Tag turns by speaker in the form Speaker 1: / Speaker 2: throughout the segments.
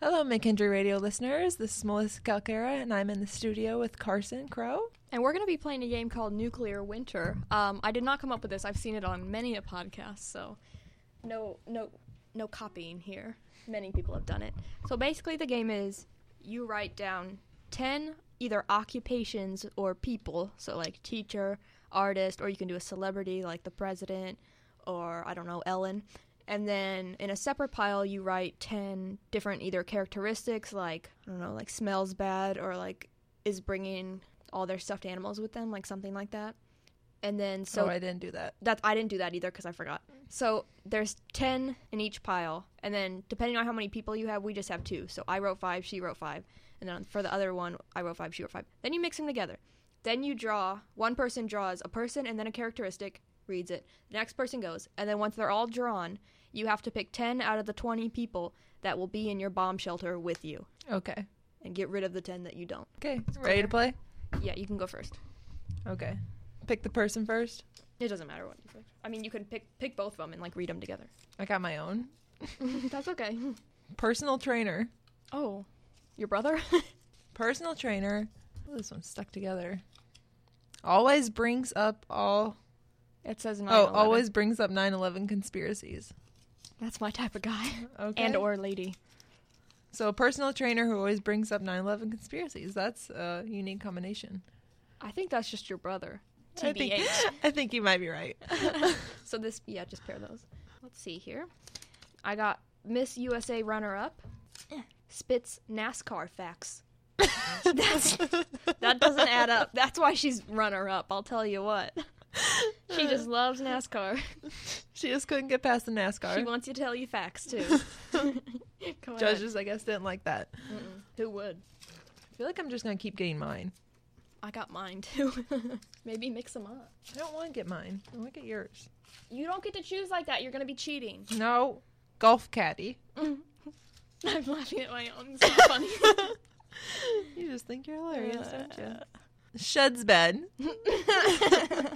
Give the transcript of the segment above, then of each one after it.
Speaker 1: Hello, McKendry Radio listeners. This is Melissa Calcara, and I'm in the studio with Carson Crow.
Speaker 2: And we're going to be playing a game called Nuclear Winter. Um, I did not come up with this. I've seen it on many a podcast, so no, no, no copying here. Many people have done it. So basically, the game is you write down ten either occupations or people. So like teacher, artist, or you can do a celebrity like the president, or I don't know Ellen. And then in a separate pile, you write ten different either characteristics like I don't know like smells bad or like is bringing all their stuffed animals with them, like something like that. And then so
Speaker 1: So Oh, I didn't do that.
Speaker 2: that I didn't do that either because I forgot. So there's ten in each pile, and then depending on how many people you have, we just have two. So I wrote five, she wrote five, and then for the other one, I wrote five, she wrote five. Then you mix them together. Then you draw. One person draws a person and then a characteristic, reads it. The next person goes, and then once they're all drawn, you have to pick ten out of the twenty people that will be in your bomb shelter with you,
Speaker 1: Okay.
Speaker 2: and get rid of the ten that you don't.
Speaker 1: Okay. Ready to play?
Speaker 2: Yeah, you can go first.
Speaker 1: Okay. Pick the person first.
Speaker 2: It doesn't matter what you pick. I mean, you can pick pick both of them and like read them together.
Speaker 1: I got my own.
Speaker 2: That's okay.
Speaker 1: Personal trainer.
Speaker 2: Oh, your brother?
Speaker 1: Personal trainer. Oh, this one's stuck together. Always brings up all.
Speaker 2: it says
Speaker 1: Oh, always brings up 9 11 conspiracies.
Speaker 2: That's my type of guy
Speaker 1: Okay.
Speaker 2: and or lady.
Speaker 1: So, a personal trainer who always brings up 9 11 conspiracies. That's a unique combination.
Speaker 2: I think that's just your brother.
Speaker 1: I think,
Speaker 2: TBH.
Speaker 1: I think you might be right.
Speaker 2: so this, yeah, just pair those. Let's see here. I got Miss USA runner up. Spits NASCAR facts. That's- That doesn't add up. That's why she's runner up. I'll tell you what. She just loves NASCAR.
Speaker 1: She just couldn't get past the
Speaker 2: She
Speaker 1: NASCAR.
Speaker 2: wants you to tell you facts too. Go ahead.
Speaker 1: Judges, I guess, didn't like that.
Speaker 2: Mm-mm. Who would?
Speaker 1: I feel like I'm just gonna keep getting mine.
Speaker 2: I got mine too. Maybe mix them up.
Speaker 1: I don't want to get mine. I want to get yours.
Speaker 2: You don't get to choose like that. You're going to be cheating.
Speaker 1: No, golf caddy.
Speaker 2: I'm laughing at my own. It's not funny.
Speaker 1: You just think you're hilarious, don't
Speaker 2: Uh.
Speaker 1: you? Sheds bed.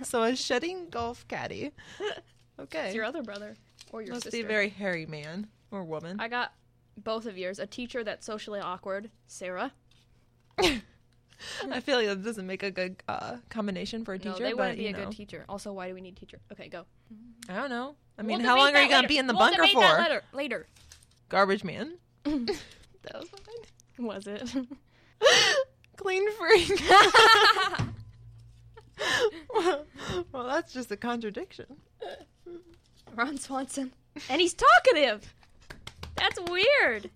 Speaker 1: so a shedding golf caddy. Okay.
Speaker 2: it's your other brother or your
Speaker 1: Must
Speaker 2: sister.
Speaker 1: be a very hairy man or woman.
Speaker 2: I got both of yours. A teacher that's socially awkward, Sarah.
Speaker 1: I feel like that doesn't make a good uh, combination for a teacher.
Speaker 2: no, they
Speaker 1: but
Speaker 2: wouldn't be
Speaker 1: you
Speaker 2: a
Speaker 1: know,
Speaker 2: good teacher. Also, why do we need teacher? Okay, go.
Speaker 1: I don't know. I mean,
Speaker 2: We'll
Speaker 1: how
Speaker 2: debate
Speaker 1: long are
Speaker 2: that
Speaker 1: you gonna
Speaker 2: later.
Speaker 1: be in the
Speaker 2: We'll
Speaker 1: bunker
Speaker 2: debate
Speaker 1: for?
Speaker 2: That letter- later.
Speaker 1: Garbage man.
Speaker 2: That was fine. Was it?
Speaker 1: Clean freak. well, well, that's just a contradiction.
Speaker 2: Ron Swanson. And he's talkative. That's weird.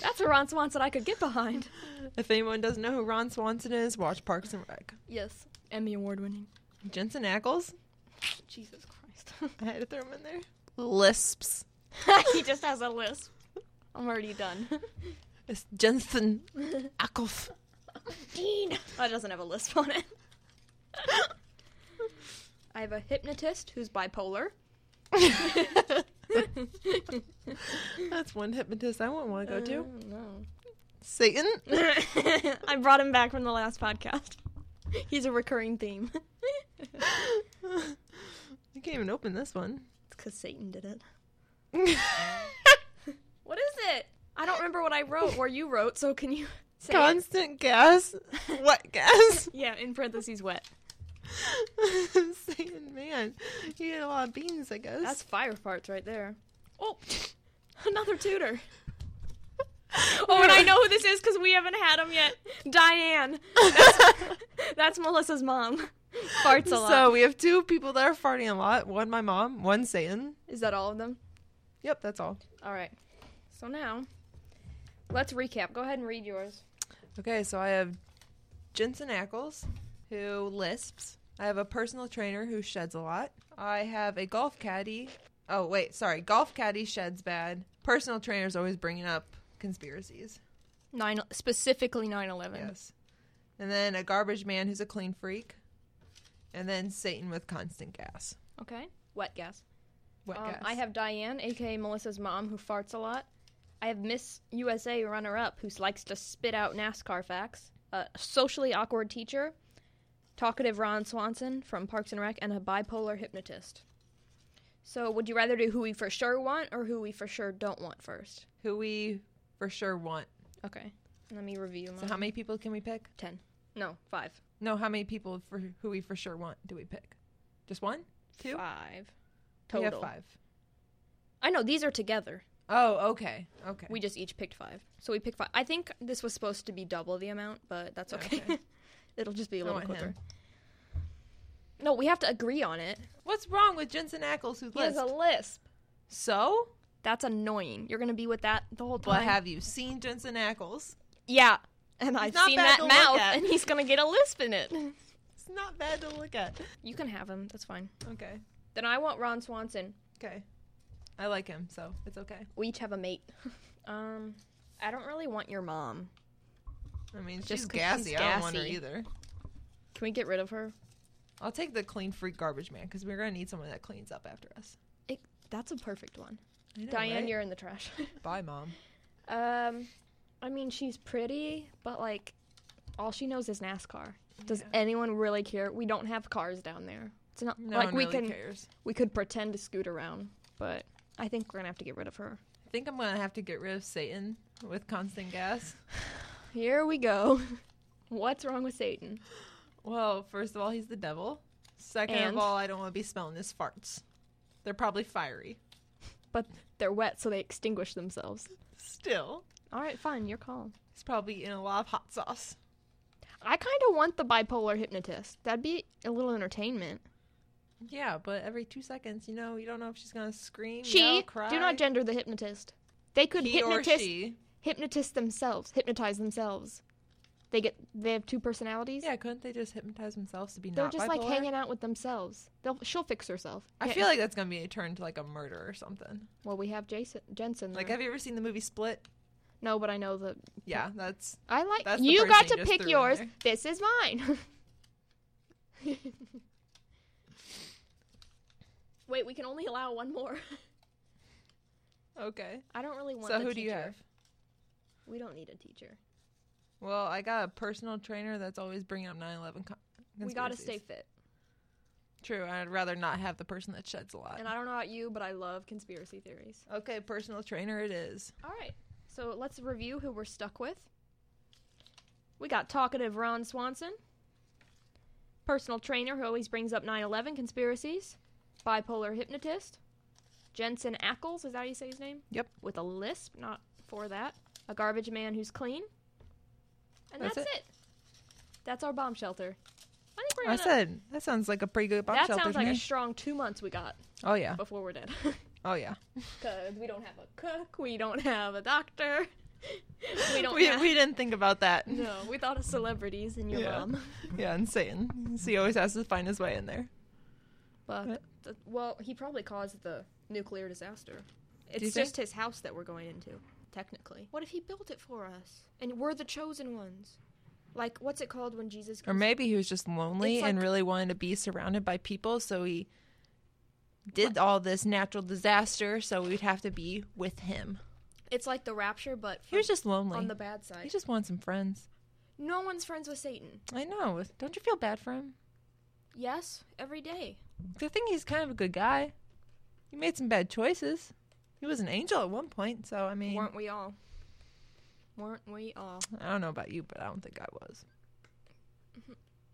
Speaker 2: That's a Ron Swanson I could get behind.
Speaker 1: If anyone doesn't know who Ron Swanson is, watch Parks and Rec.
Speaker 2: Yes. Emmy award winning.
Speaker 1: Jensen Ackles.
Speaker 2: Jesus Christ.
Speaker 1: I had to throw him in there. Lisps.
Speaker 2: he just has a lisp. I'm already done.
Speaker 1: It's Jensen Ackles.
Speaker 2: Dean. That doesn't have a lisp on it. I have a hypnotist who's bipolar.
Speaker 1: That's one hypnotist I wouldn't want to go
Speaker 2: Uh.
Speaker 1: to.
Speaker 2: no.
Speaker 1: Satan.
Speaker 2: Oh, I brought him back from the last podcast. He's a recurring theme.
Speaker 1: I can't even open this one.
Speaker 2: It's because Satan did it.
Speaker 1: Constant
Speaker 2: What is it? I don't remember what I wrote or you wrote, so can you say it?
Speaker 1: gas. What gas?
Speaker 2: Yeah, in parentheses, wet.
Speaker 1: Satan, man. You had a lot of beans, I guess.
Speaker 2: That's fire parts right there. Oh, another tutor. Oh, and I know who this is because we haven't had him yet. Diane. That's Melissa's mom. Farts a lot.
Speaker 1: So we have two people that are farting a lot. One my mom, one Satan.
Speaker 2: is that all of them?
Speaker 1: Yep, that's all.
Speaker 2: All right. So now, let's recap. Go ahead and read yours.
Speaker 1: Okay, so I have Jensen Ackles, who lisps. I have a personal trainer who sheds a lot. I have a golf caddy. Oh, wait, sorry. Golf caddy sheds bad. Personal trainer's always bringing up conspiracies.
Speaker 2: Nine specifically 9/11.
Speaker 1: Yes. And then a garbage man who's a clean freak. And then Satan with constant gas.
Speaker 2: Okay. Wet gas.
Speaker 1: Wet
Speaker 2: Um,
Speaker 1: gas.
Speaker 2: I have Diane, aka Melissa's mom, who farts a lot. I have Miss USA runner up, who likes to spit out NASCAR facts. A socially awkward teacher, talkative Ron Swanson from Parks and Rec, and a bipolar hypnotist. So, would you rather do who we for sure want or who we for sure don't want first?
Speaker 1: who we for sure want.
Speaker 2: Okay. Let me review mine.
Speaker 1: So how many people can we pick?
Speaker 2: Ten. No, five.
Speaker 1: No, how many people for who we for sure want do we pick? Just one? Two?
Speaker 2: Five.
Speaker 1: We
Speaker 2: Total.
Speaker 1: have five.
Speaker 2: I know these are together.
Speaker 1: Oh, okay. Okay.
Speaker 2: We just each picked five. So we picked five. I think this was supposed to be double the amount, but that's okay.
Speaker 1: Oh, Okay.
Speaker 2: It'll just be a
Speaker 1: I
Speaker 2: little
Speaker 1: want
Speaker 2: quicker.
Speaker 1: him.
Speaker 2: No, we have to agree on it.
Speaker 1: What's wrong with Jensen Ackles who's
Speaker 2: He has
Speaker 1: list?
Speaker 2: a lisp.
Speaker 1: so?
Speaker 2: That's annoying. You're gonna be with that the whole
Speaker 1: Well,
Speaker 2: time.
Speaker 1: have you seen Jensen Ackles?
Speaker 2: yeah, and I've
Speaker 1: not
Speaker 2: seen
Speaker 1: bad
Speaker 2: that
Speaker 1: to look
Speaker 2: mouth,
Speaker 1: at.
Speaker 2: and he's gonna get a lisp in it.
Speaker 1: It's not bad to look at.
Speaker 2: You can have him. That's fine.
Speaker 1: Okay.
Speaker 2: Then I want Ron Swanson.
Speaker 1: Okay. I like him, so it's okay.
Speaker 2: We each have a mate. um, I don't really want your mom.
Speaker 1: I mean,
Speaker 2: Just
Speaker 1: she's
Speaker 2: 'cause
Speaker 1: gassy.
Speaker 2: she's
Speaker 1: I don't want her
Speaker 2: gassy.
Speaker 1: either.
Speaker 2: Can we get rid of her?
Speaker 1: I'll take the clean freak garbage man because we're gonna need someone that cleans up after us.
Speaker 2: It, that's a perfect one.
Speaker 1: I know,
Speaker 2: Diane,
Speaker 1: right?
Speaker 2: you're in the trash.
Speaker 1: bye, mom.
Speaker 2: um, I mean, she's pretty, but like, all she knows is NASCAR. Does
Speaker 1: Yeah.
Speaker 2: anyone really care? We don't have cars down there. It's not
Speaker 1: No
Speaker 2: like
Speaker 1: one
Speaker 2: we
Speaker 1: really
Speaker 2: can
Speaker 1: cares.
Speaker 2: we could pretend to scoot around, but I think we're gonna have to get rid of her.
Speaker 1: I think I'm gonna have to get rid of Satan with constant gas.
Speaker 2: Here we go. What's wrong with Satan?
Speaker 1: Well, first of all, he's the devil. Second
Speaker 2: And?
Speaker 1: of all, I don't want to be smelling his farts. They're probably fiery.
Speaker 2: But they're wet, so they extinguish themselves.
Speaker 1: Still,
Speaker 2: All right, fine, your call.
Speaker 1: he's probably in a lot of hot sauce.
Speaker 2: I kind of want the bipolar hypnotist. That'd be a little entertainment.
Speaker 1: Yeah, but every two seconds, you know, you don't know if she's gonna scream,
Speaker 2: She
Speaker 1: yell, cry.
Speaker 2: do not gender the hypnotist. They could
Speaker 1: he or
Speaker 2: hypnotist
Speaker 1: she.
Speaker 2: hypnotist themselves, hypnotize themselves. They get they have two personalities.
Speaker 1: Yeah, couldn't they just hypnotize themselves to be
Speaker 2: They're
Speaker 1: not
Speaker 2: just like
Speaker 1: bipolar?
Speaker 2: hanging out with themselves. They'll she'll fix herself.
Speaker 1: I
Speaker 2: Yeah.
Speaker 1: feel like that's gonna be a turn to like a murder or something.
Speaker 2: well we have Jason Jensen.
Speaker 1: Like,
Speaker 2: there.
Speaker 1: have you ever seen the movie Split?
Speaker 2: no, but I know the
Speaker 1: Yeah, that's
Speaker 2: I like
Speaker 1: That's the
Speaker 2: you
Speaker 1: person
Speaker 2: got
Speaker 1: you
Speaker 2: to
Speaker 1: just
Speaker 2: pick
Speaker 1: threw in
Speaker 2: yours.
Speaker 1: there.
Speaker 2: This is mine. Wait, we can only allow one more.
Speaker 1: okay.
Speaker 2: I don't really want.
Speaker 1: So
Speaker 2: the
Speaker 1: who do you
Speaker 2: teacher.
Speaker 1: have?
Speaker 2: We don't need a teacher.
Speaker 1: Well, I got a personal trainer that's always bringing up 9/11. Con-
Speaker 2: We got to
Speaker 1: conspiracies.
Speaker 2: stay fit.
Speaker 1: True. I'd rather not have the person that sheds a lot.
Speaker 2: And I don't know about you, but I love conspiracy theories.
Speaker 1: okay, personal trainer it is.
Speaker 2: All right, so let's review who we're stuck with. We got talkative Ron Swanson, personal trainer who always brings up 9 11 conspiracies, bipolar hypnotist, Jensen Ackles, is that how you say his name?
Speaker 1: Yep.
Speaker 2: With a lisp, not for that, a garbage man who's clean. And that's,
Speaker 1: That's
Speaker 2: it. That's our bomb shelter. I think we're
Speaker 1: I
Speaker 2: gonna.
Speaker 1: said that sounds like a pretty good bomb
Speaker 2: that
Speaker 1: shelter
Speaker 2: sounds
Speaker 1: to
Speaker 2: like
Speaker 1: me.
Speaker 2: a strong two months we got
Speaker 1: oh yeah.
Speaker 2: before we're dead.
Speaker 1: Oh yeah.
Speaker 2: Because we don't have a cook, we don't have a doctor, we don't
Speaker 1: we,
Speaker 2: have.
Speaker 1: we didn't think about that.
Speaker 2: No, we thought of celebrities and your
Speaker 1: Yeah.
Speaker 2: mom.
Speaker 1: Yeah, and Satan. So he always has to find his way in there.
Speaker 2: But
Speaker 1: Right.
Speaker 2: th- well, he probably caused the nuclear disaster.
Speaker 1: you
Speaker 2: It's
Speaker 1: think?
Speaker 2: just his house that we're going into, technically. What if he built it for us and we're the chosen ones? Like what's it called when Jesus
Speaker 1: Or
Speaker 2: comes-
Speaker 1: maybe he was just lonely
Speaker 2: It's
Speaker 1: and
Speaker 2: like-
Speaker 1: really wanted to be surrounded by people, so he did all this natural disaster so we'd have to be with him.
Speaker 2: It's like the rapture but
Speaker 1: He was
Speaker 2: from-
Speaker 1: just lonely.
Speaker 2: on the bad side.
Speaker 1: he just wants some friends.
Speaker 2: No one's friends with Satan.
Speaker 1: I know. Don't you feel bad for him?
Speaker 2: Yes, every day.
Speaker 1: I think he's kind of a good guy. He made some bad choices. He was an angel at one point, so I mean,
Speaker 2: Weren't we all? Weren't we all?
Speaker 1: I don't know about you, but I don't think I was.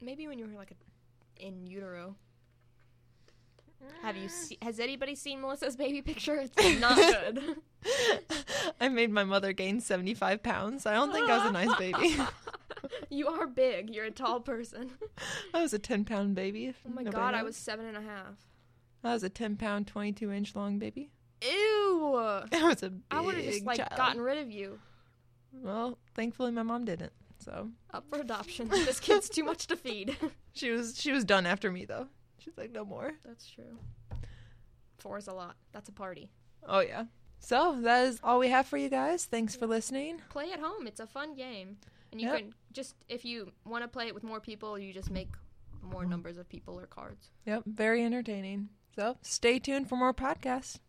Speaker 2: Maybe when you were like a, in utero. Have you se- has anybody seen Melissa's baby picture? It's not good.
Speaker 1: I made my mother gain 75 pounds. I don't think I was a nice baby.
Speaker 2: you are big. You're a tall person.
Speaker 1: I was a 10 pound baby. if
Speaker 2: Oh my
Speaker 1: nobody
Speaker 2: god, I
Speaker 1: knows.
Speaker 2: was seven and a half.
Speaker 1: I was a 10 pound, 22 inch long baby.
Speaker 2: Ew.
Speaker 1: I was a big
Speaker 2: I would have just like
Speaker 1: child.
Speaker 2: gotten rid of you.
Speaker 1: Well, thankfully my mom didn't. So
Speaker 2: Up for adoption. this kid's too much to feed.
Speaker 1: she was she was done after me though. She's like no more.
Speaker 2: That's true. Four is a lot. That's a party.
Speaker 1: Oh yeah. So that is all we have for you guys. Thanks for listening.
Speaker 2: Play at home. It's a fun game. And you
Speaker 1: Yep.
Speaker 2: can just if you want to play it with more people, you just make
Speaker 1: Mm-hmm.
Speaker 2: more numbers of people or cards.
Speaker 1: Yep, very entertaining. So stay tuned for more podcasts.